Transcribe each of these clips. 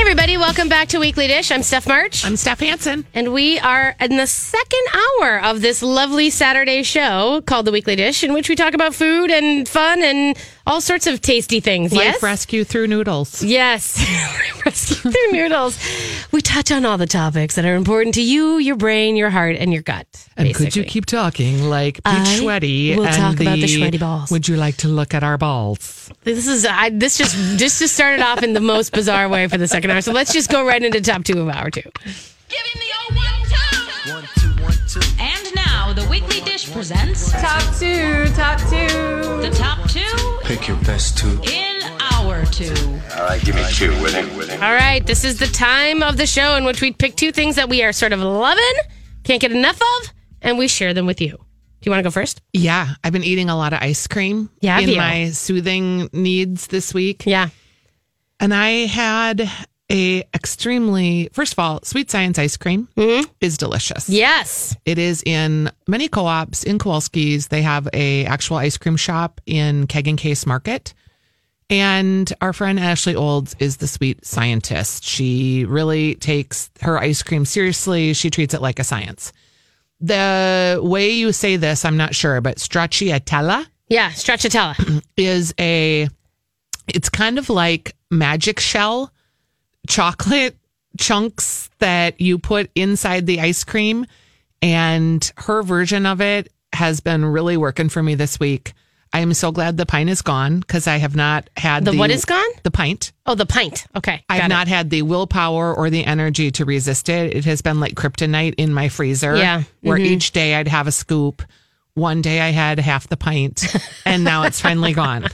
everybody. Welcome back to Weekly Dish. I'm Steph March. I'm Steph Hansen. and we are in the second hour of this lovely Saturday show called The Weekly Dish, in which we talk about food and fun and all sorts of tasty things. yes? Life rescue through noodles. Yes. Rescue their noodles. We touch on all the topics that are important to you, your brain, your heart, and your gut. And could you basically. keep talking like Pete I Schweddy? will and talk about the Schweddy balls. Would you like to look at our balls? This is I, this just this just started off in the most bizarre way for the second hour. So let's just go right into top two of hour two. Give him the old one, two. One, two, one, two. And now, the Weekly Dish presents Top two, top two. the top two Pick your best two. in our two. All right, give me two with it, with it. All right, this is the time of the show in which we pick two things that we are sort of loving, can't get enough of, and we share them with you. Do you want to go first? Yeah, I've been eating a lot of ice cream Yeah, have in you? my soothing needs this week. Yeah. And I had a extremely first of all, sweet science ice cream Mm-hmm. is delicious. Yes. It is in many co-ops in Kowalski's. They have a actual ice cream shop in Keg and Case Market. And our friend Ashley Olds is the sweet scientist. She really takes her ice cream seriously. She treats it like a science. The way you say this, I'm not sure, but stracciatella Yeah. Stracciatella. is a it's kind of like magic shell chocolate chunks that you put inside the ice cream and her version of it has been really working for me this week i am so glad the pint is gone because i have not had The what is gone? the pint Oh, the pint. Okay. i got have it. not had the willpower or the energy to resist it it has been like kryptonite in my freezer Yeah. Mm-hmm. where each day i'd have a scoop one day I had half the pint and now it's finally gone.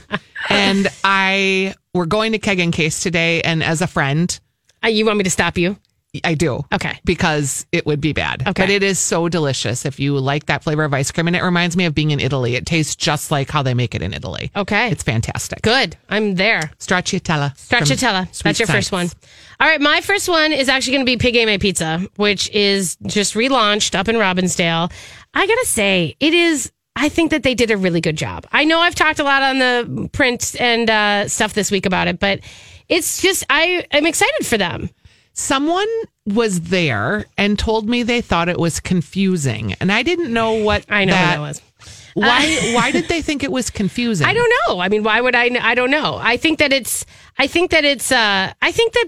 And I we're going to Keg and Case today and as a friend, Uh, you want me to stop you? I do. Okay. Because it would be bad. Okay. But it is so delicious if you like that flavor of ice cream and it reminds me of being in Italy. It tastes just like how they make it in Italy. Okay. It's fantastic. Good. I'm there. Stracciatella. from Stracciatella. Sweet That's your first one. Science. All right, my first one is actually going to be Pig Ame Pizza, which is just relaunched up in Robbinsdale. I gotta say, it is. I think that they did a really good job. I know I've talked a lot on the print and uh, stuff this week about it, but it's just I am excited for them. Someone was there and told me they thought it was confusing. And I didn't know what I know who that that was. Why why did they think it was confusing? I don't know. I mean, why would I? kn- I don't know. I think that it's. I think that it's. Uh, I think that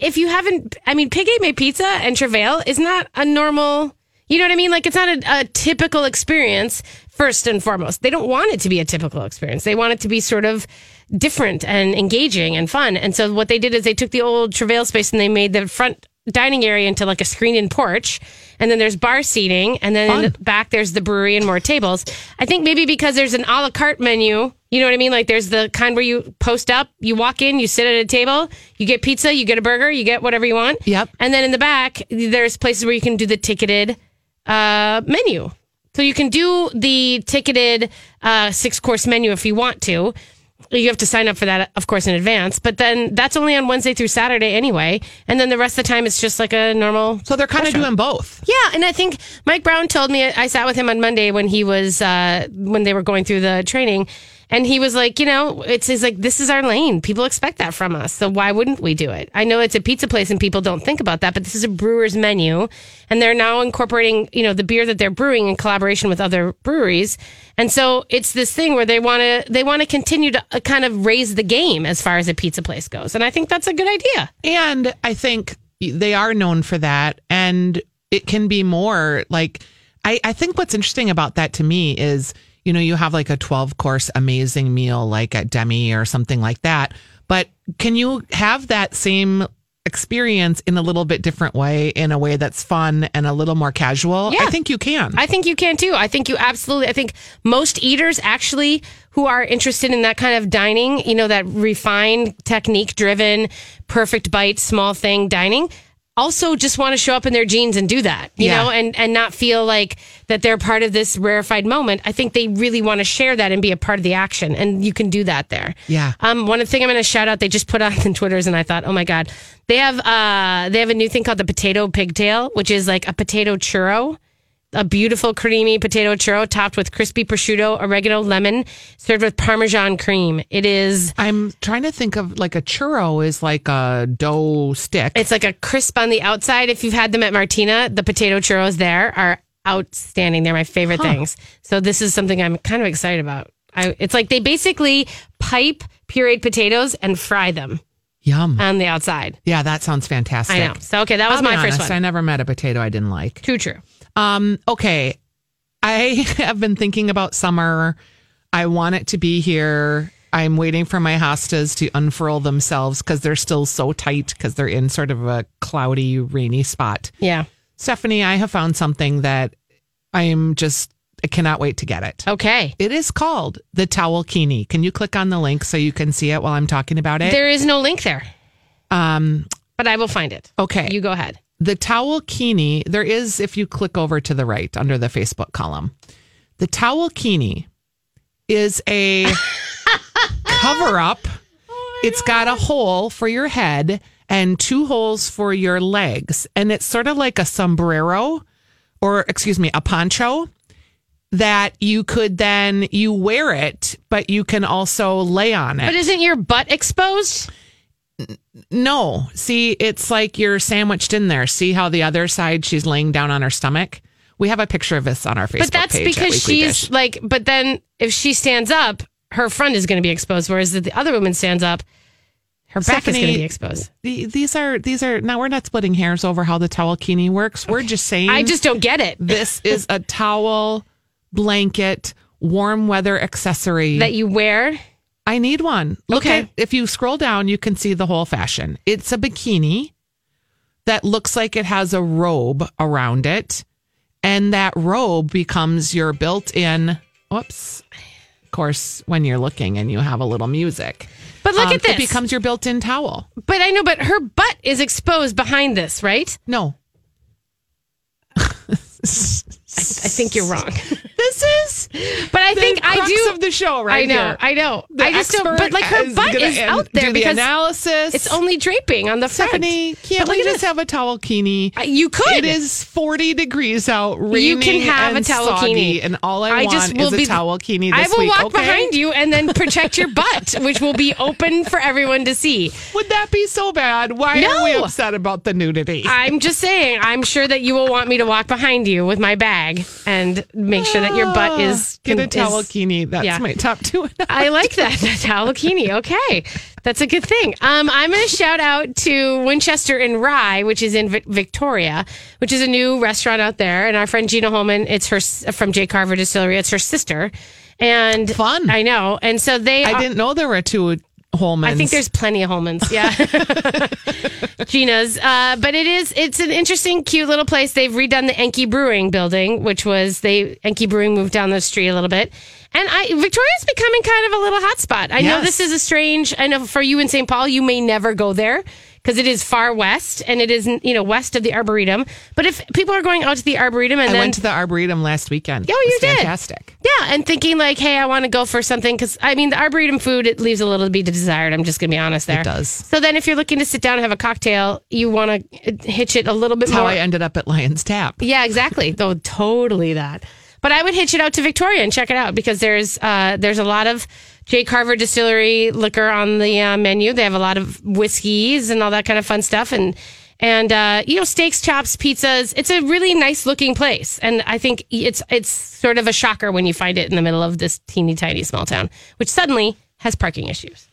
if you haven't, I mean, Pig Ate My Pizza and Travail is not a normal. You know what I mean? Like it's not a, a typical experience. First and foremost, they don't want it to be a typical experience. They want it to be sort of different and engaging and fun. And so what they did is they took the old Travail space and they made the front dining area into like a screened-in porch. And then there's bar seating, and then in the Fun. back there's the brewery and more tables. I think maybe because there's an a la carte menu, you know what I mean? Like there's the kind where you post up, you walk in, you sit at a table, you get pizza, you get a burger, you get whatever you want. Yep. And then in the back, there's places where you can do the ticketed uh, menu. So you can do the ticketed uh, six course menu if you want to. You have to sign up for that, of course, in advance. But then that's only on Wednesday through Saturday anyway. And then the rest of the time, it's just like a normal So they're kind of doing both. yeah, and I think Mike Brown told me I sat with him on Monday when he was uh, when they were going through the training, and he was like, you know, it's he's like this is our lane. People expect that from us, so why wouldn't we do it? I know it's a pizza place and people don't think about that, but this is a brewer's menu, and they're now incorporating you know the beer that they're brewing in collaboration with other breweries, and so it's this thing where they want to they want to continue to uh, kind of raise the game as far as a pizza place goes, and I think that's a good idea. And I think they are known for that. And it can be more like, I, I think what's interesting about that to me is, you know, you have like a 12 course amazing meal, like at Demi or something like that. But can you have that same experience in a little bit different way, in a way that's fun and a little more casual? Yeah. I think you can. I think you can too. I think you absolutely. I think most eaters actually who are interested in that kind of dining, you know, that refined, technique driven, perfect bite, small thing dining, also just want to show up in their jeans and do that, you Yeah. know, and, and not feel like that they're part of this rarefied moment. I think they really want to share that and be a part of the action. And you can do that there. Yeah. Um, one thing I'm going to shout out, they just put on the Twitters, and I thought, oh my god, they have uh, they have a new thing called the potato pigtail, which is like a potato churro a beautiful creamy potato churro topped with crispy prosciutto, oregano, lemon, served with Parmesan cream. It is. I'm trying to think of like a churro is like a dough stick. It's like a crisp on the outside. If you've had them at Martina, the potato churros there are outstanding. They're my favorite things. So this is something I'm kind of excited about. I, it's like they basically pipe pureed potatoes and fry them Yum. on the outside. yeah, that sounds fantastic. I know. So okay, that was I'll my be first honest, I one. never met a potato I didn't like. Too true. Um, okay. I have been thinking about summer. I want it to be here. I'm waiting for my hostas to unfurl themselves because they're still so tight because they're in sort of a cloudy, rainy spot. Yeah. Stephanie, I have found something that I am just, I cannot wait to get it. Okay. It is called the Towel Kini. Can you click on the link so you can see it while I'm talking about it? There is no link there, um, but I will find it. okay. You go ahead. the towel kini there is if you click over to the right under the facebook column the towel kini is a cover up It's got a hole for your head and two holes for your legs and it's sort of like a sombrero or excuse me a poncho that you could then you wear it but you can also lay on it But isn't your butt exposed? no. See, it's like you're sandwiched in there. See how the other side she's laying down on her stomach? We have a picture of this on our Facebook But that's page at because Weekly she's Dish. like, but then if she stands up, her front is going to be exposed. Whereas if the other woman stands up, her back is going Stephanie, to be exposed. The- These are these are now we're not splitting hairs over how the towel kini works. We're just saying I just don't get it this is a towel blanket warm weather accessory. that you wear. I need one. Look Okay. at if you scroll down, you can see the whole fashion. It's a bikini that looks like it has a robe around it, and that robe becomes your built-in. Whoops. Of course, when you're looking and you have a little music, But look Um, at this. It becomes your built-in towel. but I know, but her butt is exposed behind this, right? No, I think you're wrong. this is. But I the think I crux do. of the show right I know. here. I know. The I just don't. But expert like her is butt gonna is an- out there do because the analysis. it's only draping on the front. Stephanie, can't But we look at just have a towel kini? I- you could. It is 40 degrees out. Raining You can have and a towel soggy, kini. and all I, want is a towel kini. This I will week, walk okay? behind you and then protect your butt, which will be open for everyone to see. Would that be so bad? Why are we No. upset about the nudity? I'm just saying, I'm sure that you will want me to walk behind you with my bag and make sure that your butt is Ah, get a is- towel kini. That's yeah. Uh, my top two. I like that. The towel kini. Okay. That's a good thing. Um, I'm going to shout out to Winchester and Rye, which is in Vic- Victoria, which is a new restaurant out there. And our friend Gina Holman, it's her s- from J. Carver Distillery. It's her sister. And Fun. I know. And so they, I didn't know there were two Holmans. I think there's plenty of Holmans. Yeah. Gina's. Uh, but it is, it's an interesting, cute little place. They've redone the Enki Brewing building, which was they, Enki Brewing moved down the street a little bit. And I, Victoria's becoming kind of a little hotspot. I know Yes. this is a strange, I know for you in St. Paul, you may never go there because it is far west and it is, you know, west of the Arboretum. But if people are going out to the Arboretum and I then went to the Arboretum last weekend. Oh, It was you did. Fantastic. yeah, and thinking like, hey, I want to go for something because I mean, the arboretum food it leaves a little to be desired. I'm just gonna be honest there. It does. So then, if you're looking to sit down and have a cocktail, you want to hitch it a little bit That's how more. I ended up at Lion's Tap. yeah, exactly. Though totally that. But I would hitch it out to Victoria and check it out because there's uh, there's a lot of J Carver Distillery liquor on the uh, menu. They have a lot of whiskeys and all that kind of fun stuff and. And uh, you know steaks, chops, pizzas. It's a really nice looking place, and I think it's it's sort of a shocker when you find it in the middle of this teeny tiny small town, which suddenly has parking issues.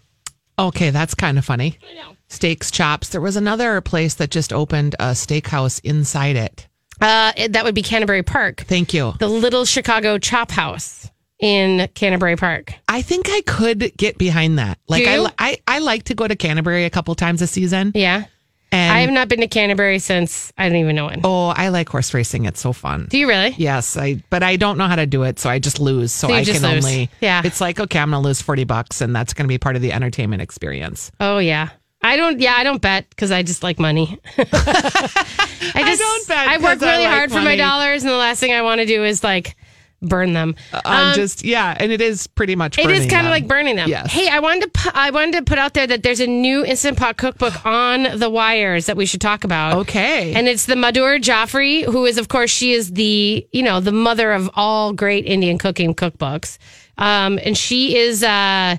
Okay, that's kind of funny. I know. Steaks, chops. There was another place that just opened a steakhouse inside it. Uh, it- that would be Canterbury Park. Thank you. the Little Chicago Chop House in Canterbury Park. I think I could get behind that. Like Do I, you? li- I, I like to go to Canterbury a couple times a season. Yeah. And I have not been to Canterbury since I don't even know when. oh, I like horse racing. It's so fun. Do you really? Yes, I but I don't know how to do it, so I just lose. So, So you I just can lose. only Yeah. It's like okay, I'm gonna lose forty bucks, and that's gonna be part of the entertainment experience. Oh yeah. I don't. Yeah, I don't bet because I just like money. I just. don't bet I work 'cause I really like hard for my money. dollars, and the last thing I want to do is like burn them. on just yeah, and it is pretty much. Um, It Uh, Burning is kind of them. like burning them. Yes. Hey, I wanted to pu- I wanted to put out there that there's a new instant pot cookbook on the wires that we should talk about. Okay. And it's the Madur Jaffrey, who is of course she is the you know the mother of all great Indian cooking cookbooks, um, and she is. Uh,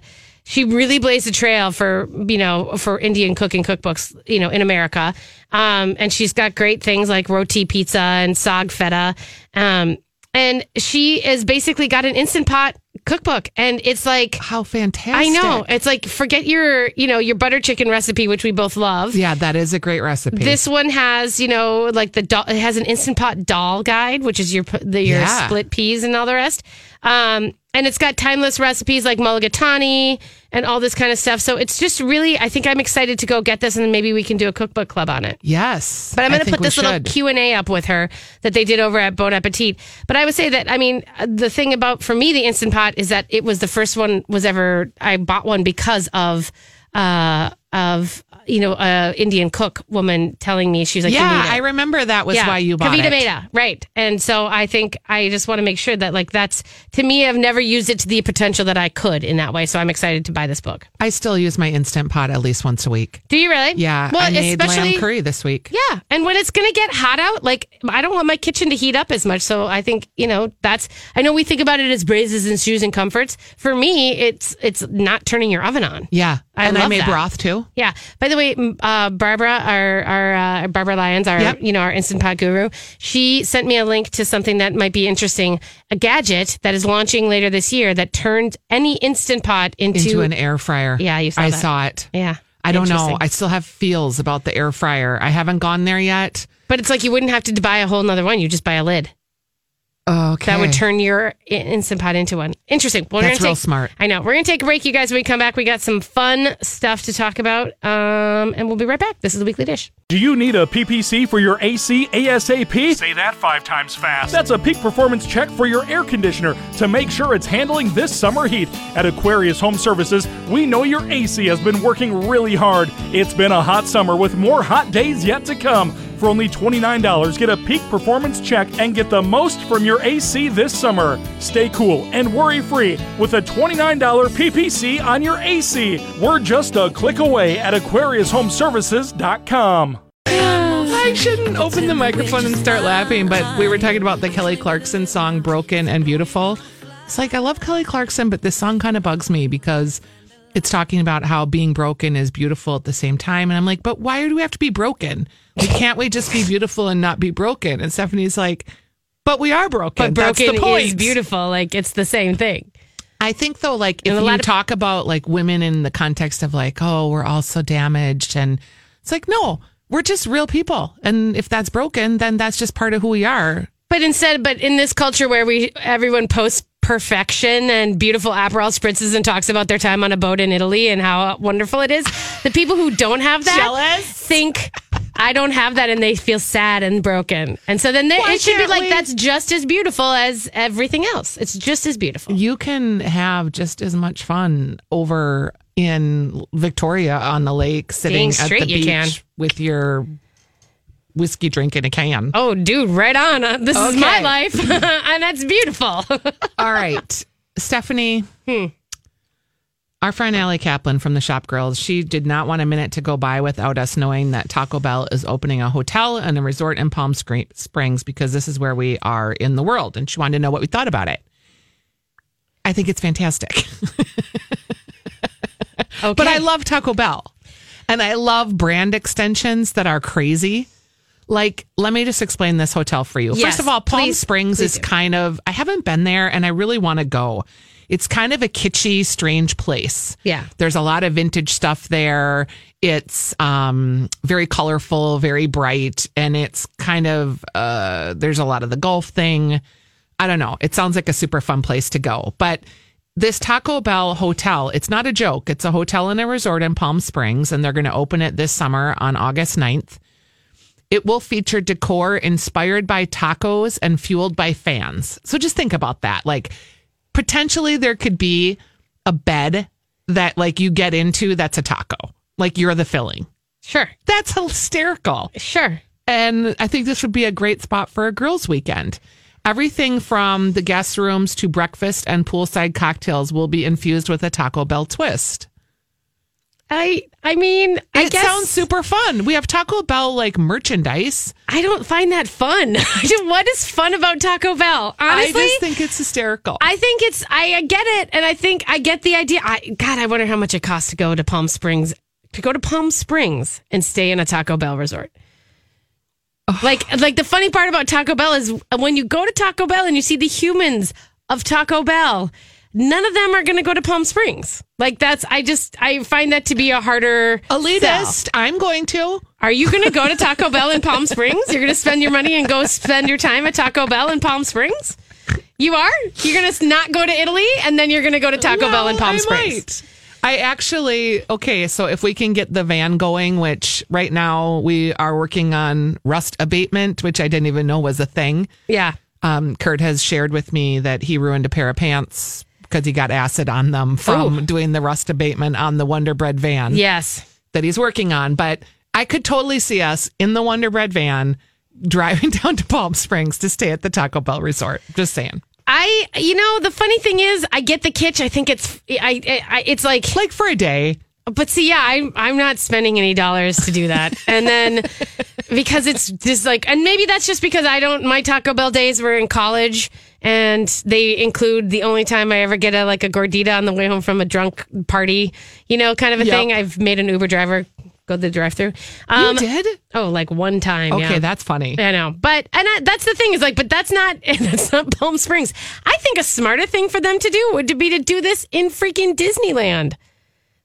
she really blazed a trail for you know for Indian cooking cookbooks you know in America, um, and she's got great things like roti pizza and sag feta, um, and she has basically got an instant pot cookbook, and it's like how fantastic. I know it's like forget your you know your butter chicken recipe which we both love, Yeah, that is a great recipe. this one has, you know, like the doll, it has an instant pot doll guide, which is your p- the, your Yeah. split peas and all the rest. Um, and it's got timeless recipes like mulligatawny and all this kind of stuff. So it's just really, I think I'm excited to go get this, and then maybe we can do a cookbook club on it. yes, But I'm I going to think put we this little should. Q and A up with her that they did over at Bon Appetit. But I would say that I mean uh, the thing about for me the instant pot is that it was the first one was ever I bought one because of uh of you know a Indian cook woman telling me she's like you Yeah, need it. I remember that was why you bought Kavita it. Mehta, right? And so I think I just want to make sure that like that's to me I've never used it to the potential that I could in that way. So I'm excited to buy this book. I still use my instant pot at least once a week. Do you really? Yeah, Well, I made especially lamb curry this week. yeah. And when it's going to get hot out, like I don't want my kitchen to heat up as much. So I think, you know, that's, I know we think about it as braises and shoes and comforts. For me, it's, it's not turning your oven on. Yeah, I and I love made that. broth too. Yeah. By the way, m- uh, Barbara, our, our uh, Barbara Lyons, our Yep. you know our instant pot guru, she sent me a link to something that might be interesting. A gadget that is launching later this year that turns any instant pot into, Into an air fryer. Yeah, you saw I that. saw it. yeah. I don't know. Interesting. I still have feels about the air fryer. I haven't gone there yet. but it's like you wouldn't have to buy a whole nother one. You just buy a lid. Okay. that would turn your i- instant pot into one. Interesting. Well, That's gonna real take, smart. I know. We're gonna take a break, you guys. When we come back, we got some fun stuff to talk about, um, and we'll be right back. This is the weekly dish. Do you need a PPC for your AC ASAP? Say that five times fast. That's a peak performance check for your air conditioner to make sure it's handling this summer heat. At Aquarius Home Services, we know your AC has been working really hard. It's been a hot summer with more hot days yet to come. For only $29, get a peak performance check and get the most from your AC this summer. Stay cool and worry free with a $29 PPC on your AC. We're just a click away at AquariusHomeservices.com. I shouldn't open the microphone and start laughing, but we were talking about the Kelly Clarkson song Broken and Beautiful. It's like I love Kelly Clarkson, but this song kind of bugs me because it's talking about how being broken is beautiful at the same time. And I'm like, but why do we have to be broken? Like, can't we just be beautiful and not be broken? And Stephanie's like, but we are broken. But broken That's the point. is beautiful. Like it's the same thing. I think though, like if a you lot of- talk about like women in the context of like, oh, we're all so damaged, and it's like, no, we're just real people, and if that's broken, then that's just part of who we are. But instead, but in this culture where we everyone posts perfection and beautiful Aperol spritzes and talks about their time on a boat in Italy and how wonderful it is, the people who don't have that Jealous? think I don't have that and they feel sad and broken. And so then they, Why it should be can't like we- that's just as beautiful as everything else. It's just as beautiful. You can have just as much fun over in Victoria on the lake, sitting at the straight beach you can. with your whiskey drink in a can. Oh, dude, right on. Uh, This is my Okay. life and that's beautiful. All right, Stephanie. Our friend Allie Kaplan from the Shop Girls, she did not want a minute to go by without us knowing that Taco Bell is opening a hotel and a resort in Palm Scre- Springs because this is where we are in the world. And she wanted to know what we thought about it. I think it's fantastic. Okay. But I love Taco Bell. And I love brand extensions that are crazy. Like, let me just explain this hotel for you. Yes, First of all, Palm please, Springs please is do. kind of, I haven't been there and I really want to go. It's kind of a kitschy, strange place. Yeah. There's a lot of vintage stuff there. It's um, very colorful, very bright, and it's kind of, uh, there's a lot of the golf thing. I don't know. It sounds like a super fun place to go. But this Taco Bell hotel, it's not a joke. It's a hotel and a resort in Palm Springs, and they're going to open it this summer on August 9th. It will feature decor inspired by tacos and fueled by fans. So just think about that. Like potentially there could be a bed that like you get into that's a taco. Like you're the filling. sure. That's hysterical. Sure. And I think this would be a great spot for a girls' weekend. Everything from the guest rooms to breakfast and poolside cocktails will be infused with a Taco Bell twist. I I mean, I It guess sounds super fun. We have Taco Bell like merchandise. I don't find that fun. what is fun about Taco Bell? Honestly, I just think it's hysterical. I think it's I I get it, and I think I get the idea. I God, I wonder how much it costs to go to Palm Springs to go to Palm Springs and stay in a Taco Bell resort. Like like the funny part about Taco Bell is when you go to Taco Bell and you see the humans of Taco Bell, none of them are going to go to Palm Springs. Like that's I just I find that to be a harder sell. Elitist. I'm going to. Are you going to go to Taco Bell in Palm Springs? You're going to spend your money and go spend your time at Taco Bell in Palm Springs? You are? You're going to not go to Italy and then you're going to go to Taco Bell in Well, Palm I Springs. might. I actually okay. So if we can get the van going, which right now we are working on rust abatement, which I didn't even know was a thing. Yeah. Um, Kurt has shared with me that he ruined a pair of pants because he got acid on them from Oh. doing the rust abatement on the Wonder Bread van Yes. that he's working on. But I could totally see us in the Wonder Bread van driving down to Palm Springs to stay at the Taco Bell resort. Just saying. I you know the funny thing is I get the kitsch. I think it's I, I I- it's like Like for a day. but see yeah I I'm not spending any dollars to do that. And then because it's just like and maybe that's just because I don't my Taco Bell days were in college and they include the only time I ever get a like a gordita on the way home from a drunk party, you know, kind of a Yep. thing. I've made an Uber driver go to the drive-through. You Um did? oh like one time. Okay, yeah. that's funny. I know, but and I, that's the thing is like, but that's not that's not Palm Springs. I think a smarter thing for them to do would be to do this in freaking Disneyland.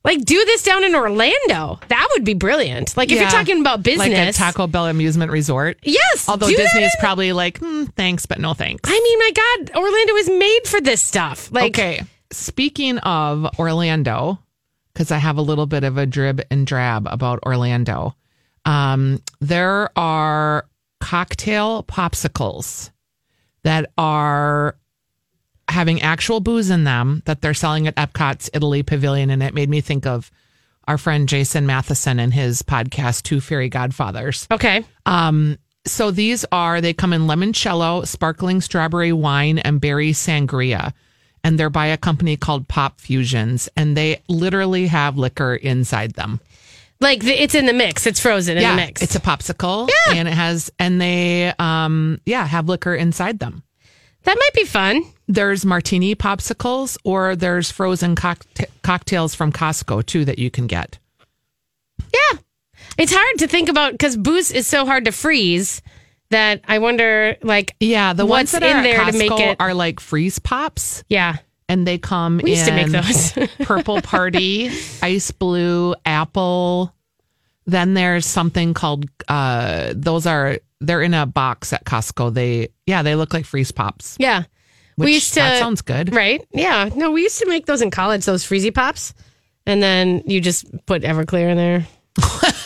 Like, do this down in Orlando. That would be brilliant. Like, if Yeah. you're talking about business, like a Taco Bell amusement resort. Yes, although do Disney that is in- probably like, hmm, thanks, but no thanks. I mean, my God, Orlando is made for this stuff. Like, okay, speaking of Orlando, because I have a little bit of a drib and drab about Orlando. Um, there are cocktail popsicles that are having actual booze in them that they're selling at Epcot's Italy Pavilion, and it made me think of our friend Jason Matheson and his podcast Two Fairy Godfathers. okay, So these are they come in limoncello, sparkling strawberry wine, and berry sangria, and they're by a company called Pop Fusions, and they literally have liquor inside them. like the, it's in the mix. It's frozen in the mix. it's a popsicle, and it has and they um yeah have liquor inside them. that might be fun. There's martini popsicles, or there's frozen cockta- cocktails from Costco too that you can get. Yeah. It's hard to think about because booze is so hard to freeze that I wonder, like, Yeah, the What's ones that in are at there to make Costco it- are like freeze pops. yeah. and they come We used to in make those. purple party, ice blue, apple. Then there's something called uh those are they're in a box at Costco. They yeah, they look like freeze pops. Yeah. which we used to that sounds good. right. Yeah. No, we used to make those in college, those freezy pops. And then you just put Everclear in there.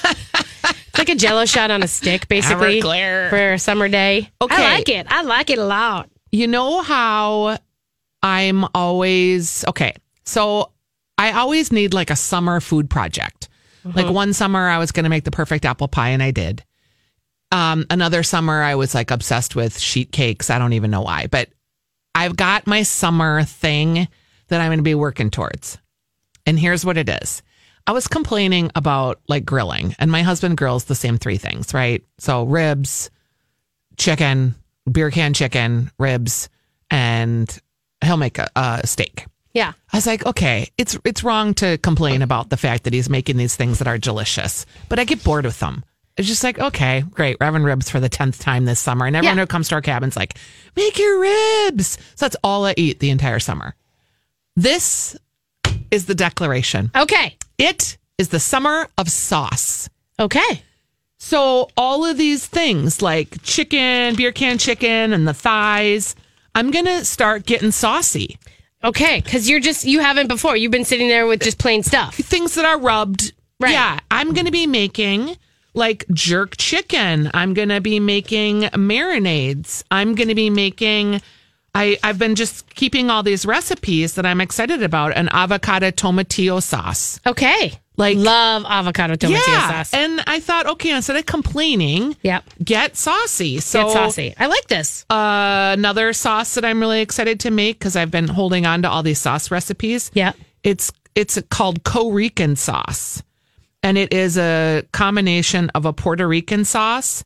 it's like a jello shot on a stick, basically. Everclear. For a summer day. Okay. I like it. I like it a lot. You know how I'm always okay. So I always need like a summer food project. Like one summer I was going to make the perfect apple pie and I did. Um another summer I was like obsessed with sheet cakes. I don't even know why, but I've got my summer thing that I'm going to be working towards. And here's what it is. I was complaining about like grilling, and my husband grills the same three things, right? So ribs, chicken, beer can chicken, ribs, and he'll make a, a steak. Yeah. I was like, okay, it's it's wrong to complain about the fact that he's making these things that are delicious, but I get bored with them. It's just like, okay, great, we're having ribs for the tenth time this summer, and everyone Yeah. who comes to our cabin's like, make your ribs. So that's all I eat the entire summer. This is the declaration. Okay. It is the summer of sauce. Okay. So all of these things like chicken, beer can chicken, and the thighs, I'm gonna start getting saucy. Okay. Because you're just, you haven't before. You've been sitting there with just plain stuff. Things that are rubbed. Right. Yeah. I'm gonna be making like jerk chicken. I'm gonna be making marinades. I'm gonna be making I, I've been just keeping all these recipes that I'm excited about an avocado tomatillo sauce. Okay. Like- love avocado tomatillo sauce. And I thought, okay, instead of complaining, Yep. get saucy. So Get saucy. I like this. uh, another sauce that I'm really excited to make because I've been holding on to all these sauce recipes. Yeah. It's it's called Corican sauce, and it is a combination of a Puerto Rican sauce.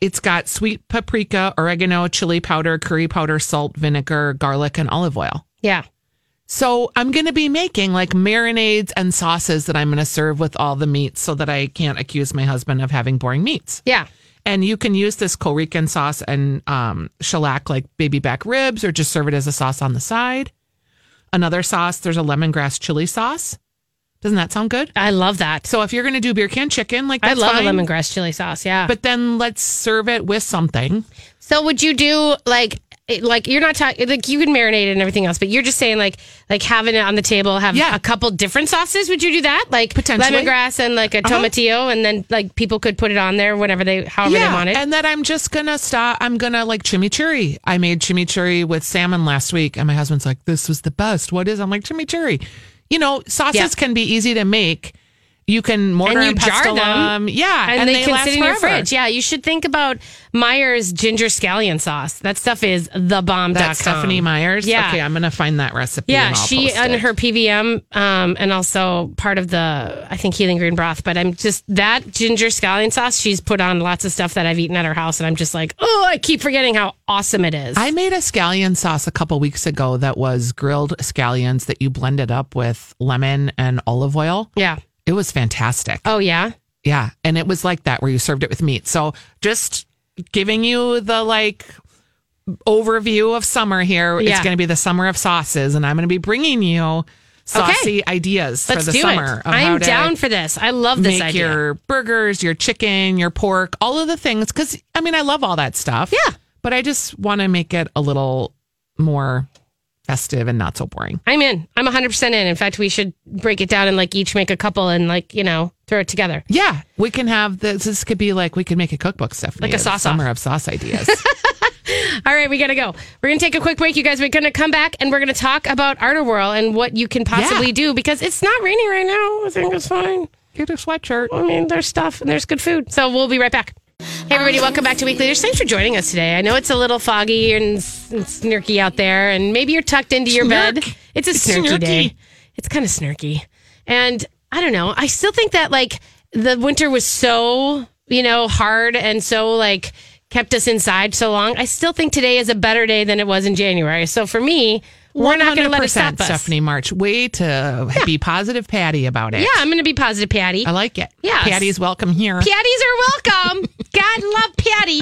It's got sweet paprika, oregano, chili powder, curry powder, salt, vinegar, garlic, and olive oil. yeah. So I'm going to be making like marinades and sauces that I'm going to serve with all the meats, so that I can't accuse my husband of having boring meats. Yeah. And you can use this Corican sauce and um, shellac like baby back ribs or just serve it as a sauce on the side. Another sauce, there's a lemongrass chili sauce. Doesn't that sound good? I love that. So if you're going to do beer can chicken, like I that's love fine, a lemongrass chili sauce. Yeah. But then let's serve it with something. so would you do like it- like you're not talking like you can marinate it and everything else, but you're just saying like like having it on the table, have Yeah. a couple different sauces. Would you do that? Like Potentially. Uh-huh. lemongrass and like a tomatillo, and then like people could put it on there whenever they however they want it. and then I'm just gonna stop. I'm gonna like chimichurri. I made chimichurri with salmon last week, and my husband's like, "This was the best." What is? I'm like chimichurri. You know, sauces Yeah. can be easy to make. You can mortar And and, you jar pestle them, yeah, and, they, can last sit in your forever. fridge. Yeah, you should think about Meyer's ginger scallion sauce. That stuff is the bomb. That's Stephanie Myers. Yeah. Okay, I'm gonna find that recipe. Yeah, and I'll she post and it. her PVM, um, and also part of the I think healing green broth. But I'm just that ginger scallion sauce. She's put on lots of stuff that I've eaten at her house, and I'm just like, oh, I keep forgetting how awesome it is. I made a scallion sauce a couple weeks ago that was grilled scallions that you blended up with lemon and olive oil. yeah. It was fantastic. Oh yeah. Yeah. And it was like that where you served it with meat. So just giving you the like overview of summer here. It's Yeah. going to be the summer of sauces, and I'm going to be bringing you saucy ideas Let's for the do summer. it. of how I'm to down for this. I love this make idea. your burgers, your chicken, your pork, all of the things. Because I mean, I love all that stuff. Yeah. But I just want to make it a little more festive and not so boring. I'm in. I'm 100% in. In fact, we should break it down and like each make a couple and like, you know, throw it together. Yeah, we can have this. This could be like we could make a cookbook, Stephanie. Like a the sauce-off. summer of sauce ideas. All right, we got to go. We're going to take a quick break, you guys. We're going to come back and we're going to talk about Arterworld and what you can possibly Yeah. do because it's not raining right now. I think it's fine. Get a sweatshirt. I mean, there's stuff and there's good food. So we'll be right back. Hey, everybody, welcome back to Weekly Dish. Thanks for joining us today. I know it's a little foggy and, s- and snurky out there, and maybe you're tucked into your bed. Snurk. It's a snurky, snurky. day. It's kind of snurky. And I don't know. I still think that, like, the winter was so, you know, hard and so, like, kept us inside so long. I still think today is a better day than it was in January. So for me, we're not going to let it 100% stop us. Stephanie March. Way to be positive, Patty, about it. Yeah, I'm going to be positive, Patty. I like it. Yes. Patty's welcome here. Patties are welcome. God love Patty.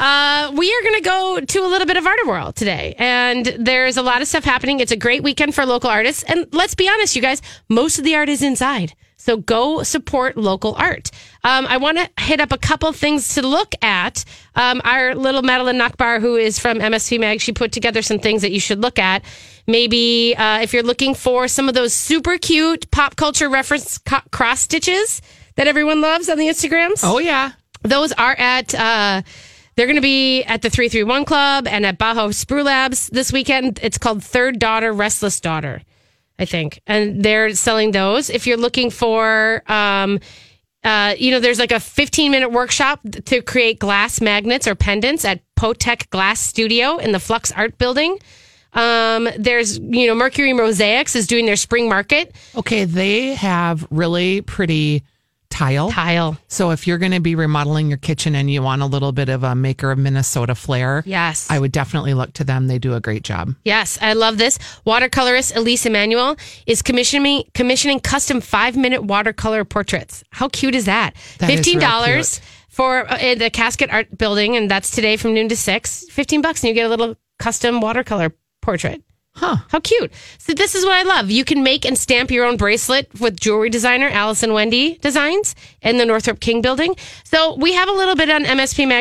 Uh, we are going to go to a little bit of Art World today, and there's a lot of stuff happening. It's a great weekend for local artists, and let's be honest, you guys, most of the art is inside. So go support local art. Um, I want to hit up a couple things to look at. Um, our little Madeline Nakbar, who is from MSV Mag, she put together some things that you should look at. Maybe uh, if you're looking for some of those super cute pop culture reference co- cross stitches that everyone loves on the Instagrams. Oh, yeah. Those are at, uh, they're going to be at the 331 Club and at Bajo Sprue Labs this weekend. It's called Third Daughter, Restless Daughter, I think. And they're selling those. If you're looking for, um, uh, you know, there's like a 15 minute workshop to create glass magnets or pendants at Potec Glass Studio in the Flux Art Building. Um, there's, you know, Mercury Mosaics is doing their spring market Okay, they have really pretty tile. tile. So if you're going to be remodeling your kitchen and you want a little bit of a maker of Minnesota flair, Yes. I would definitely look to them. They do a great job. Yes, I love this. Watercolorist Elise Emanuel is commissioning commissioning custom five minute watercolor portraits. How cute is that? That is Fifteen real dollars cute. for uh, in the Casket Art Building, and that's today from noon to six. Fifteen bucks, and you get a little custom watercolor portrait. Huh? How cute! So this is what I love. You can make and stamp your own bracelet with jewelry designer Allison Wendy Designs in the Northrop King Building. So we have a little bit on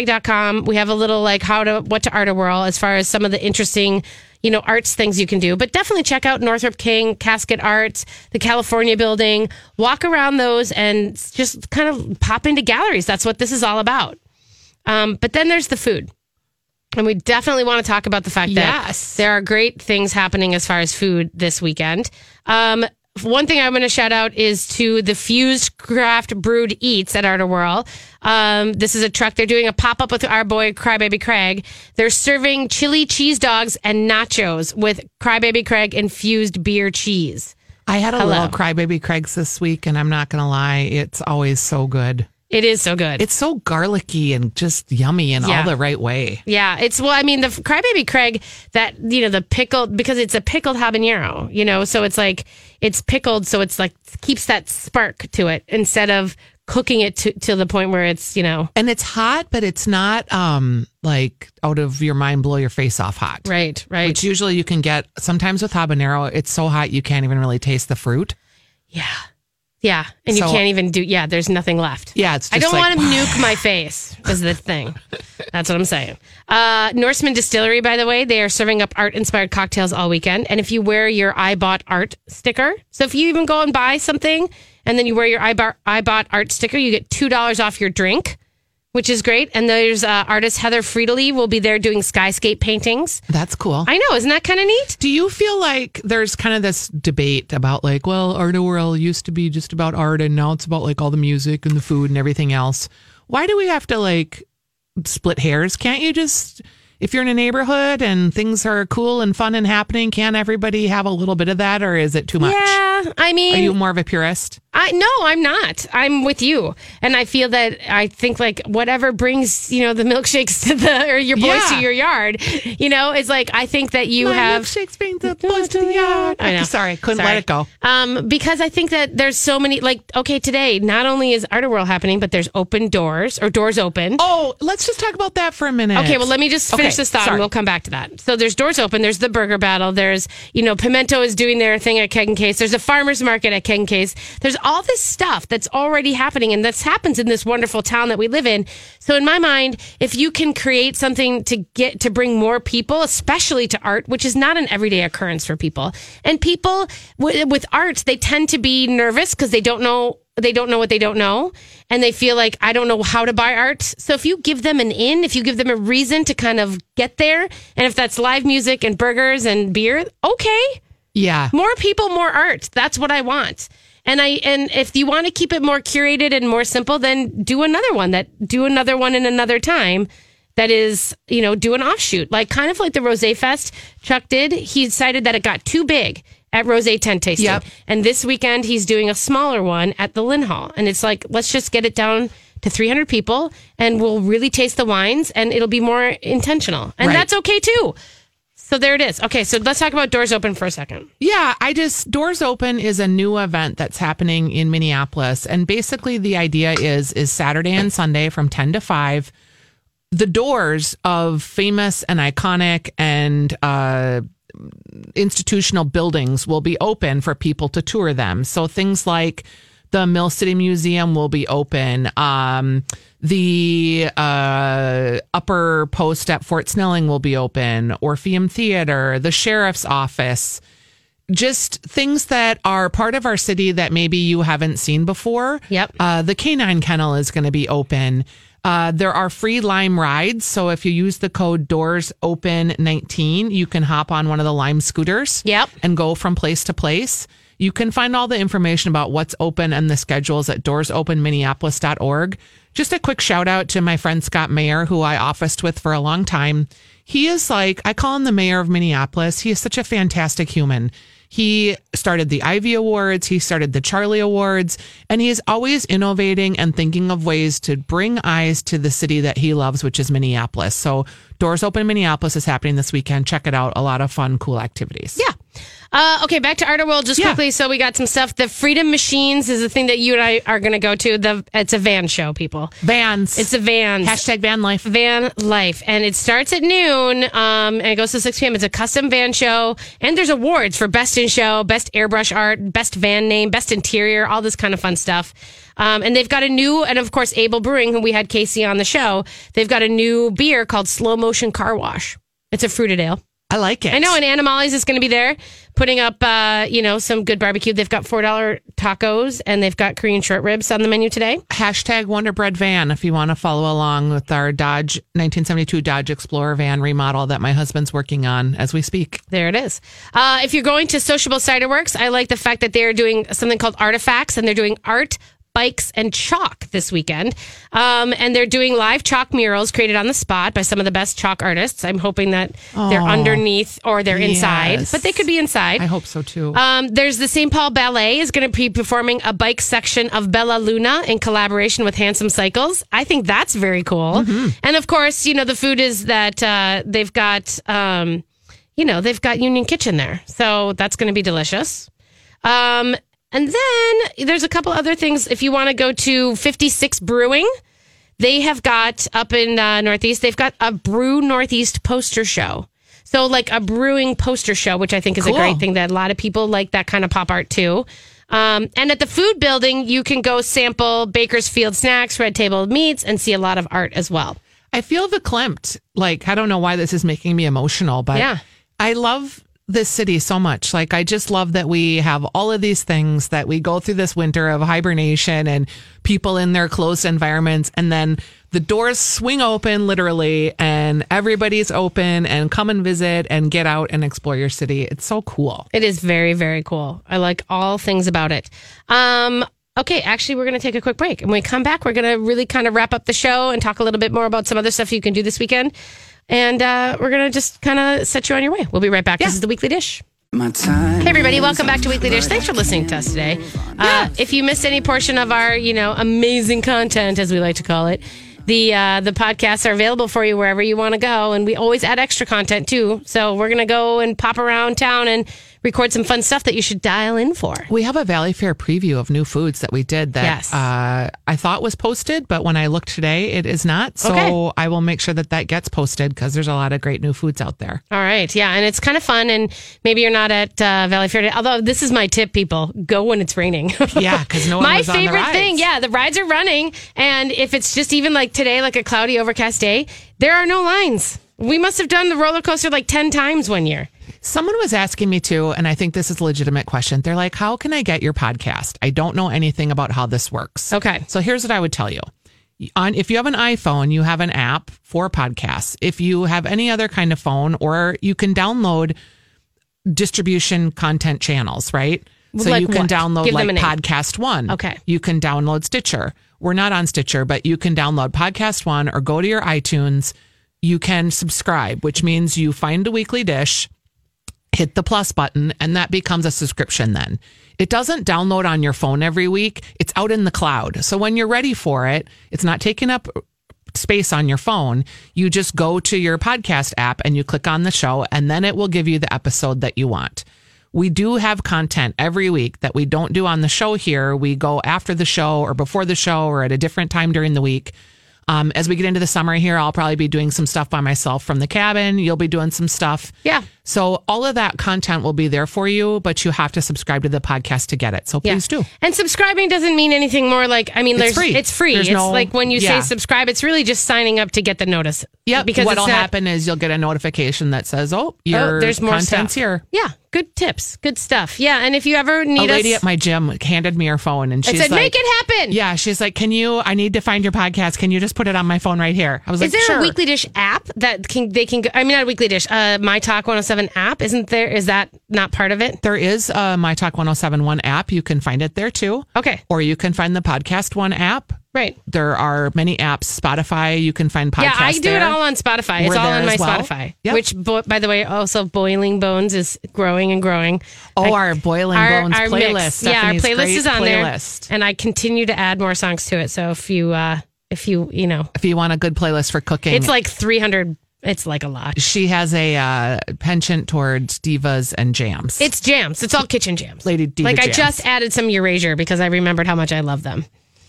MSPMag.com. We have a little like how to what to art a world as far as some of the interesting you know, arts things you can do, but definitely check out Northrop King, Casket Arts, the California building. Walk around those and just kind of pop into galleries. That's what this is all about. Um, but then there's the food. And we definitely want to talk about the fact that Yes. there are great things happening as far as food this weekend. Um, one thing I'm going to shout out is to the Fused Craft Brewed Eats at Arterworld. Um, this is a truck. They're doing a pop up with our boy Crybaby Craig. They're serving chili cheese dogs and nachos with Crybaby Craig infused beer cheese. I had a Hello. little crybaby Craig's this week, and I'm not going to lie, it's always so good. It is so good. It's so garlicky and just yummy in Yeah. all the right way. Yeah, it's well. I mean, the crybaby Craig that you know the pickled because it's a pickled habanero. You know, so it's like it's pickled, so it's like keeps that spark to it instead of cooking it to to the point where it's you know And it's hot, but it's not um like out of your mind, blow your face off hot. right right Which usually you can get sometimes with habanero, it's so hot you can't even really taste the fruit. yeah yeah and you So- can't even do yeah there's nothing left Yeah, it's I just don't like- want to nuke my face is the thing that's what I'm saying uh Norseman Distillery by the way they are serving up art inspired cocktails all weekend and if you wear your I bought art sticker so if you even go and buy something and then you wear your I bought, I bought art sticker you get two dollars off your drink which is great and there's uh, artist Heather Friedely will be there doing skyscape paintings That's cool. I know isn't that kind of neat Do you feel like there's kind of this debate about like, well, art world used to be just about art and now it's about like all the music and the food and everything else. Why do we have to like split hairs? Can't you just if you're in a neighborhood and things are cool and fun and happening, can't everybody have a little bit of that or is it too much? yeah I mean Are you more of a purist? I no, I'm not. I'm with you, and I feel that I think like whatever brings you know the milkshakes to the or your boys Yeah. to your yard, you know, is like I think that you have milkshakes brings the boys to the yard. I know. Sorry, couldn't let it go. Um, because I think that there's so many like okay today not only is Art World happening but there's open doors or doors open. Oh, let's just talk about that for a minute. Okay, well, let me just finish Okay, this thought sorry. and we'll come back to that. So there's doors open. There's the burger battle. There's, you know, Pimento is doing their thing at Keg and Case. There's a farmer's market at Keg and Case. There's all this stuff that's already happening and this happens in this wonderful town that we live in. So in my mind, if you can create something to get to bring more people, especially to art, which is not an everyday occurrence for people, and people w- with art, they tend to be nervous because they don't know they don't know what they don't know and they feel like I don't know how to buy art. So if you give them an in, if you give them a reason to kind of get there, and if that's live music and burgers and beer, okay, yeah. more people, more art. That's what I want. And I and if you want to keep it more curated and more simple, then do another one that do another one in another time that is, you know, do an offshoot. Like kind of like the Rose Fest Chuck did. He decided that it got too big at Rose Tent Tasting. Yep. And this weekend he's doing a smaller one at the Lynn Hall. And it's like, let's just get it down to 300 people and we'll really taste the wines and it'll be more intentional. And Right. that's okay too. So there it is. Okay, so let's talk about doors open for a second. Yeah, I just Doors Open is a new event that's happening in Minneapolis and basically the idea is is Saturday and Sunday from 10 to 5 the doors of famous and iconic and uh institutional buildings will be open for people to tour them. So things like the Mill City Museum will be open. Um, the uh, upper post at Fort Snelling will be open. Orpheum Theater, the sheriff's office, just things that are part of our city that maybe you haven't seen before. Yep. Uh, the canine kennel is going to be open. Uh, there are free Lime rides. So if you use the code doors open 19, you can hop on one of the Lime scooters Yep. and go from place to place. You can find all the information about what's open and the schedules at doorsopenminneapolis.org. Just a quick shout out to my friend Scott Mayer, who I officed with for a long time. He is like, I call him the mayor of Minneapolis. He is such a fantastic human. He started the Ivy Awards, he started the Charlie Awards, and he is always innovating and thinking of ways to bring eyes to the city that he loves, which is Minneapolis. So, Doors Open Minneapolis is happening this weekend. Check it out. A lot of fun, cool activities. Yeah. Uh, okay, back to Art World just Yeah. quickly. So we got some stuff. The Freedom Machines is the thing that you and I are going to go to. The it's a van show, people. Vans. It's a van. hashtag van life. Van life, and it starts at noon, um, and it goes to six p.m. It's a custom van show, and there's awards for best in show, best airbrush art, best van name, best interior, all this kind of fun stuff. Um, and they've got a new, and of course, Abel Brewing, who we had Casey on the show, they've got a new beer called Slow Motion Car Wash. It's a fruited ale. I like it. I know, and Animales is going to be there putting up, uh, you know, some good barbecue. They've got $4 tacos and they've got Korean short ribs on the menu today. Hashtag Wonder Bread van if you want to follow along with our Dodge 1972 Dodge Explorer van remodel that my husband's working on as we speak. There it is. Uh, if you're going to Sociable Cider Works, I like the fact that they're doing something called Artifacts and they're doing art, bikes, and chalk this weekend. Um, and they're doing live chalk murals created on the spot by some of the best chalk artists. I'm hoping that they're underneath or they're inside, yes. but they could be inside. I hope so too. Um, there's the St. Paul Ballet is going to be performing a bike section of Bella Luna in collaboration with Handsome Cycles. I think that's very cool. And of course, you know, the food is that uh, they've got, um, you know, they've got Union Kitchen there. So that's going to be delicious. Um, and then there's a couple other things. If you want to go to 56 Brewing, they have got up in uh, Northeast, they've got a Brew Northeast poster show. So, like a brewing poster show, which I think is a Cool. great thing that a lot of people like that kind of pop art too. Um, and at the food building, you can go sample Bakersfield snacks, Red Table Meats, and see a lot of art as well. I feel verklempt. Like, I don't know why this is making me emotional, but Yeah. I love this city so much. Like, I just love that we have all of these things that we go through this winter of hibernation and people in their close environments. And then the doors swing open literally, and everybody's open and come and visit and get out and explore your city. It's so cool. It is very, very cool. I like all things about it. Um, okay, actually, we're going to take a quick break. And when we come back, we're going to really kind of wrap up the show and talk a little bit more about some other stuff you can do this weekend. And uh, we're going to just kind of set you on your way. We'll be right back. This is the Weekly Dish. My time. Hey, everybody, welcome back to Weekly Dish. Thanks for listening to us today. Uh, if you missed any portion of our, you know, amazing content, as we like to call it, the uh, the podcasts are available for you wherever you want to go, and we always add extra content too. So we're gonna go and pop around town and record some fun stuff that you should dial in for. We have a Valley Fair preview of new foods that we did that Yes. uh, I thought was posted, but when I looked today, it is not. So Okay. I will make sure that that gets posted because there's a lot of great new foods out there. All right, yeah, and it's kind of fun, and maybe you're not at uh, Valley Fair. Day. Although this is my tip, people: go when it's raining. Yeah, because no one my was on the favorite thing rides. yeah the rides are running and if it's just even like today like a cloudy overcast day there are no lines we must have done the roller coaster like 10 times one year Someone was asking me too, and I think this is a legitimate question. They're like, How can I get your podcast? I don't know anything about how this works. Okay. So here's what I would tell you. On if you have an iPhone, you have an app for podcasts. If you have any other kind of phone, or you can download distribution content channels, right? So Like you can what? download Give them like a name. Podcast One. Okay. You can download Stitcher. We're not on Stitcher, but you can download Podcast One or go to your iTunes. You can subscribe, which means you find a weekly dish, hit the plus button, and that becomes a subscription then. It doesn't download on your phone every week. It's out in the cloud. So when you're ready for it, it's not taking up space on your phone. You just go to your podcast app and you click on the show, and then it will give you the episode that you want. We do have content every week that we don't do on the show here. We go after the show or before the show or at a different time during the week. Um, as we get into the summer here, I'll probably be doing some stuff by myself from the cabin. You'll be doing some stuff. Yeah. So all of that content will be there for you, but you have to subscribe to the podcast to get it. So yeah please do. and subscribing doesn't mean anything more like i mean there's free. it's free There's it's no- like when you say yeah. subscribe it's really just signing up to get the notice Yep. because what'll it's not- happen is you'll get a notification that says, "Oh, your oh, there's more content's stuff here." yeah good tips good stuff yeah and if you ever A need us lady at my gym handed me her phone, and it she's said like, make it happen "Yeah." She's like, "Can you? I need to find your podcast. Can you just put it on my phone right here?" I was Is like, there "Sure." a Weekly Dish app that can they can? Go, I mean, not a Weekly Dish. Uh, My Talk 107 app isn't there? Is that not part of it? there is a My Talk 1071 app. You can find it there too. Okay, Or you can find the Podcast One app. right. There are many apps, Spotify, you can find podcasts. Yeah, I do there. it all on Spotify. We're it's all there on my as well. Spotify. Yep. Which, bo- by the way, also Boiling Bones is growing and growing. Oh, I- our Boiling Bones playlist. mix. Yeah, our Stephanie's playlist great is on playlist. there, and I continue to add more songs to it. So if you, uh if you, you know, If you want a good playlist for cooking, it's like 300. It's like a lot. she has a uh, penchant towards divas and jams. It's jams. It's all kitchen jams. Lady Diva like I jams. just added some Erasure because I remembered how much I love them.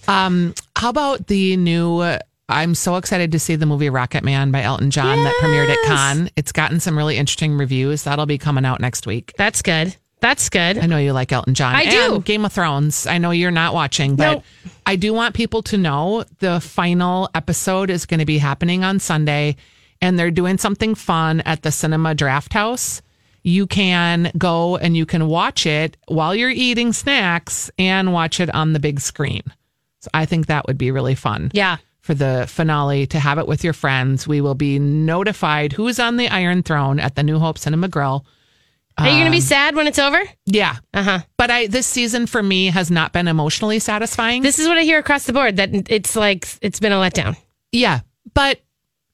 How about the new? uh, I'm so excited to see the movie Rocket Man by Elton John that premiered at Cannes. It's gotten some really interesting reviews. That'll be coming out next week. That's good. That's good. I know you like Elton John. I do. And Game of Thrones. I know you're not watching, but No. I do want people to know the final episode is going to be happening on Sunday. and they're doing something fun at the cinema draft house, you can go and you can watch it while you're eating snacks and watch it on the big screen. So I think that would be really fun. Yeah. For the finale to have it with your friends. We will be notified who's on the Iron Throne at the New Hope Cinema Grill. Are you going to um, be sad when it's over? Yeah. Uh-huh. But I this season for me has not been emotionally satisfying. This is what I hear across the board that it's like it's been a letdown. Yeah, but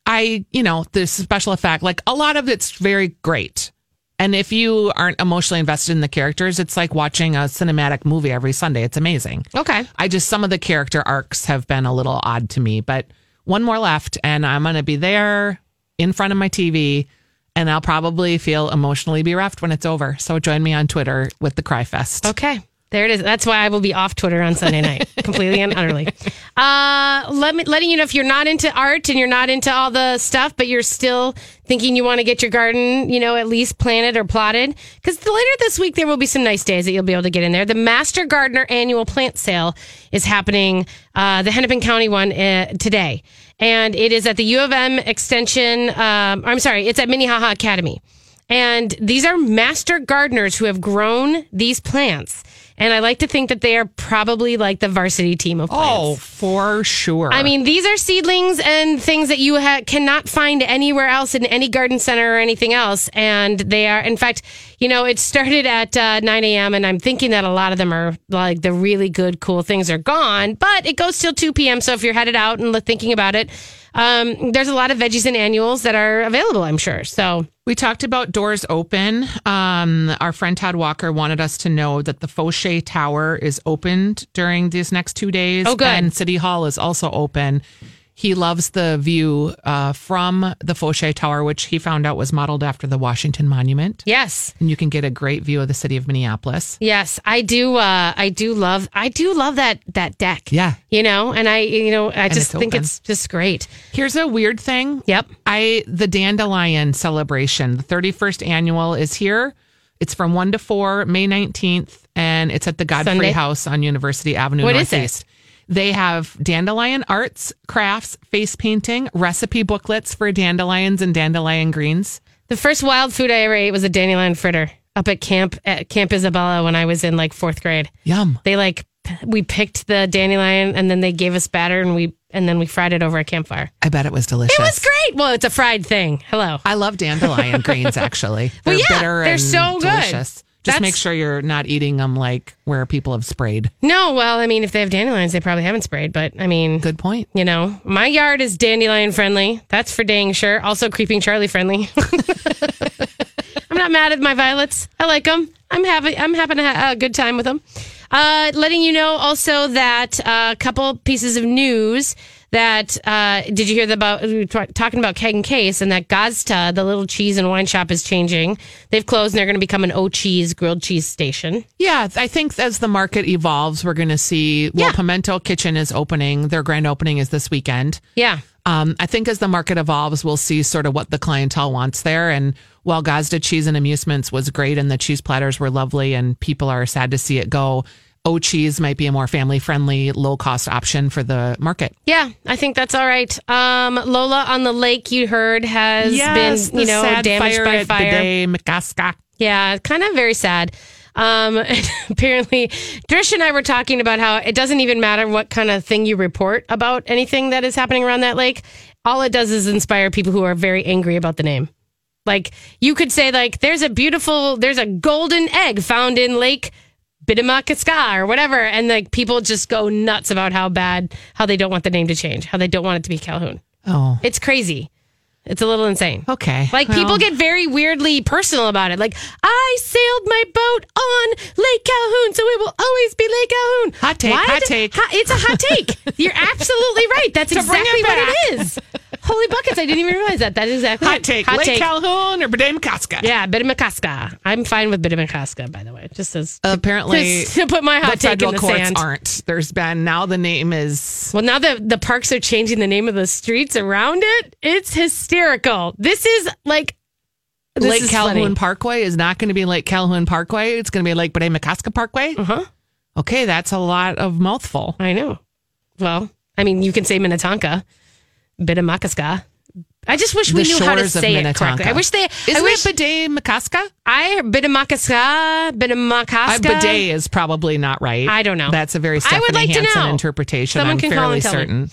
I, you know, the special effect, like a lot of it's very great. And if you aren't emotionally invested in the characters, it's like watching a cinematic movie every Sunday. It's amazing. Okay. I just some of the character arcs have been a little odd to me, but one more left and I'm going to be there in front of my TV and I'll probably feel emotionally bereft when it's over. So join me on Twitter with the Cry Fest. Okay. There it is. That's why I will be off Twitter on Sunday night, completely and utterly. Uh, let me letting you know if you're not into art and you're not into all the stuff, but you're still thinking you want to get your garden, you know, at least planted or plotted. Because later this week there will be some nice days that you'll be able to get in there. The Master Gardener annual plant sale is happening, uh, the Hennepin County one uh, today, and it is at the U of M Extension. Um, I'm sorry, it's at Minnehaha Academy. And these are master gardeners who have grown these plants. And I like to think that they are probably like the varsity team of plants. Oh, for sure. I mean, these are seedlings and things that you ha- cannot find anywhere else in any garden center or anything else. And they are, in fact, you know, it started at uh, 9 a.m. And I'm thinking that a lot of them are like the really good, cool things are gone, but it goes till 2 p.m. So if you're headed out and thinking about it, um, there's a lot of veggies and annuals that are available, I'm sure. So We talked about doors open. Um, our friend Todd Walker wanted us to know that the Fauché Tower is opened during these next two days. Oh, good. And City Hall is also open. He loves the view uh, from the Fauché Tower, which he found out was modeled after the Washington Monument. yes. And you can get a great view of the city of Minneapolis. Yes, I do. Uh, I do love. I do love that that deck. Yeah. you know, and I, you know, I just it's think open. it's just great. Here's a weird thing. Yep. I the Dandelion celebration, the 31st annual is here. It's from 1 to 4, May 19th, and it's at the Godfrey Sunday? House on University Avenue What is it? Northeast. They have dandelion arts, crafts, face painting, recipe booklets for dandelions and dandelion greens. The first wild food I ever ate was a dandelion fritter up at camp at Camp Isabella when I was in like fourth grade. Yum. They like p- we picked the dandelion and then they gave us batter and we and then we fried it over a campfire. I bet it was delicious. It was great. Well, it's a fried thing. Hello. I love dandelion greens actually. They're Well, yeah, bitter they're and so good. delicious. Just That's- make sure you're not eating them like where people have sprayed. No, well, I mean, if they have dandelions, they probably haven't sprayed. But I mean, Good point. you know, my yard is dandelion friendly. That's for dang sure. Also, creeping Charlie friendly. I'm not mad at my violets. I like them. I'm having I'm having a, ha- a good time with them. Uh, letting you know also that uh, a couple pieces of news that uh, did you hear the- about we were t- talking about keg and case and that Gazta, the little cheese and wine shop, is changing. They've closed and they're going to become an O Cheese grilled cheese station. Yeah, I think as the market evolves, we're going to see. Well, Yeah. Pimento Kitchen is opening. Their grand opening is this weekend. Yeah. Um, I think as the market evolves, we'll see sort of what the clientele wants there. And while Gazda Cheese and Amusements was great and the cheese platters were lovely and people are sad to see it go, O Cheese might be a more family friendly, low cost option for the market. Yeah, I think that's all right. Um, Lola on the lake, you heard, has been you know damaged by fire. Yeah, kind of very sad. Um, apparently, Drish and I were talking about how it doesn't even matter what kind of thing you report about anything that is happening around that lake. All it does is inspire people who are very angry about the name. Like you could say, like there's a beautiful, there's a golden egg found in Lake Bidamakaska or whatever, and like people just go nuts about how bad, how they don't want the name to change, how they don't want it to be Calhoun. Oh, It's crazy. It's a little insane. okay. Like people Well, get very weirdly personal about it. Like I sailed my boat on Lake Calhoun, so it will always be Lake Calhoun. Hot take, Why hot did- take. hot- it's a hot take. You're absolutely right. That's bring it exactly what back. it is. Holy buckets! I didn't even realize that. That is exactly hot it. take. Hot Lake take. Calhoun or B'day Makaska. yeah, Bidamakaska. I'm fine with Bidamakaska, by the way. Just as Apparently, just to put my hot the take federal in the courts sand. aren't. There's been now the name is Well, now that the parks are changing the name of the streets around it, it's hysterical. This is like this Lake is Calhoun funny. Parkway is not going to be Lake Calhoun Parkway. It's going to be Lake B'day McCoska Parkway. Uh-huh. Okay, that's a lot of mouthful. I know. Well, I mean, you can say Minnetonka, Bitamakaska, I just wish the we knew how to shores of say it correctly. Minnetonka. I wish they. I Isn't wish it bidet Makaska? I Bitamakaska, I, Bitamakaska. bidet is probably not right. I don't know. That's a very I Stephanie would like to Hansen know. interpretation. Someone I'm can call fairly and tell certain. me.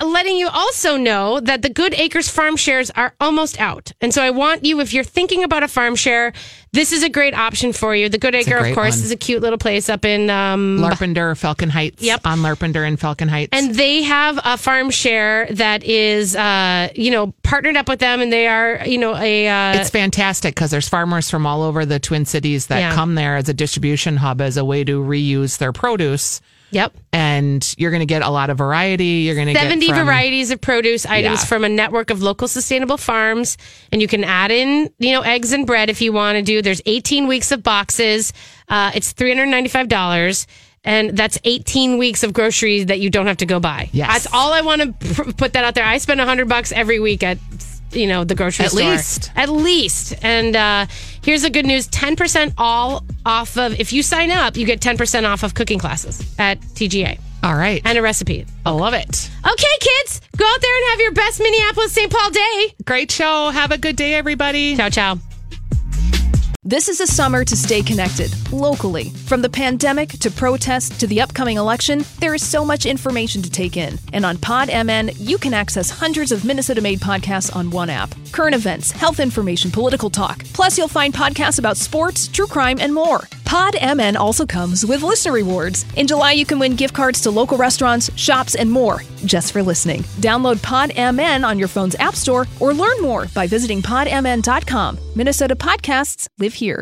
Um, letting you also know that the Good Acres farm shares are almost out, and so I want you, if you're thinking about a farm share, this is a great option for you. The Good a Acre, of great course, one. is a cute little place up in um, Larpenter, Falcon Heights. Yep. On Larpenter and Falcon Heights. and they have a farm share that is, uh, you know, partnered up with them, and they are, you know, a uh, it's fantastic because there's farmers from all over the Twin Cities that Yeah. come there as a distribution hub as a way to reuse their produce. yep. And you're going to get a lot of variety. You're going to get 70 from- varieties of produce items Yeah. from a network of local sustainable farms and you can add in you know eggs and bread if you want to do there's 18 weeks of boxes uh, it's $395 and that's 18 weeks of groceries that you don't have to go buy Yes. that's all i want to pr- put that out there i spend 100 bucks every week at you know the grocery At store least. at least and uh, here's the good news 10% all off of if you sign up you get 10% off of cooking classes at tga All right. and a recipe I love it. Okay, kids, go out there and have your best Minneapolis St. Paul day. Great show. Have a good day, everybody. Ciao, ciao. This is a summer to stay connected, locally. From the pandemic to protest to the upcoming election, there is so much information to take in. And on PodMN, you can access hundreds of Minnesota made podcasts on one app. Current events, health information, political talk. Plus, you'll find podcasts about sports, true crime, and more. PodMN also comes with listener rewards. In July, you can win gift cards to local restaurants, shops, and more just for listening. Download PodMN on your phone's App Store or learn more by visiting podmn.com. Minnesota podcasts live here.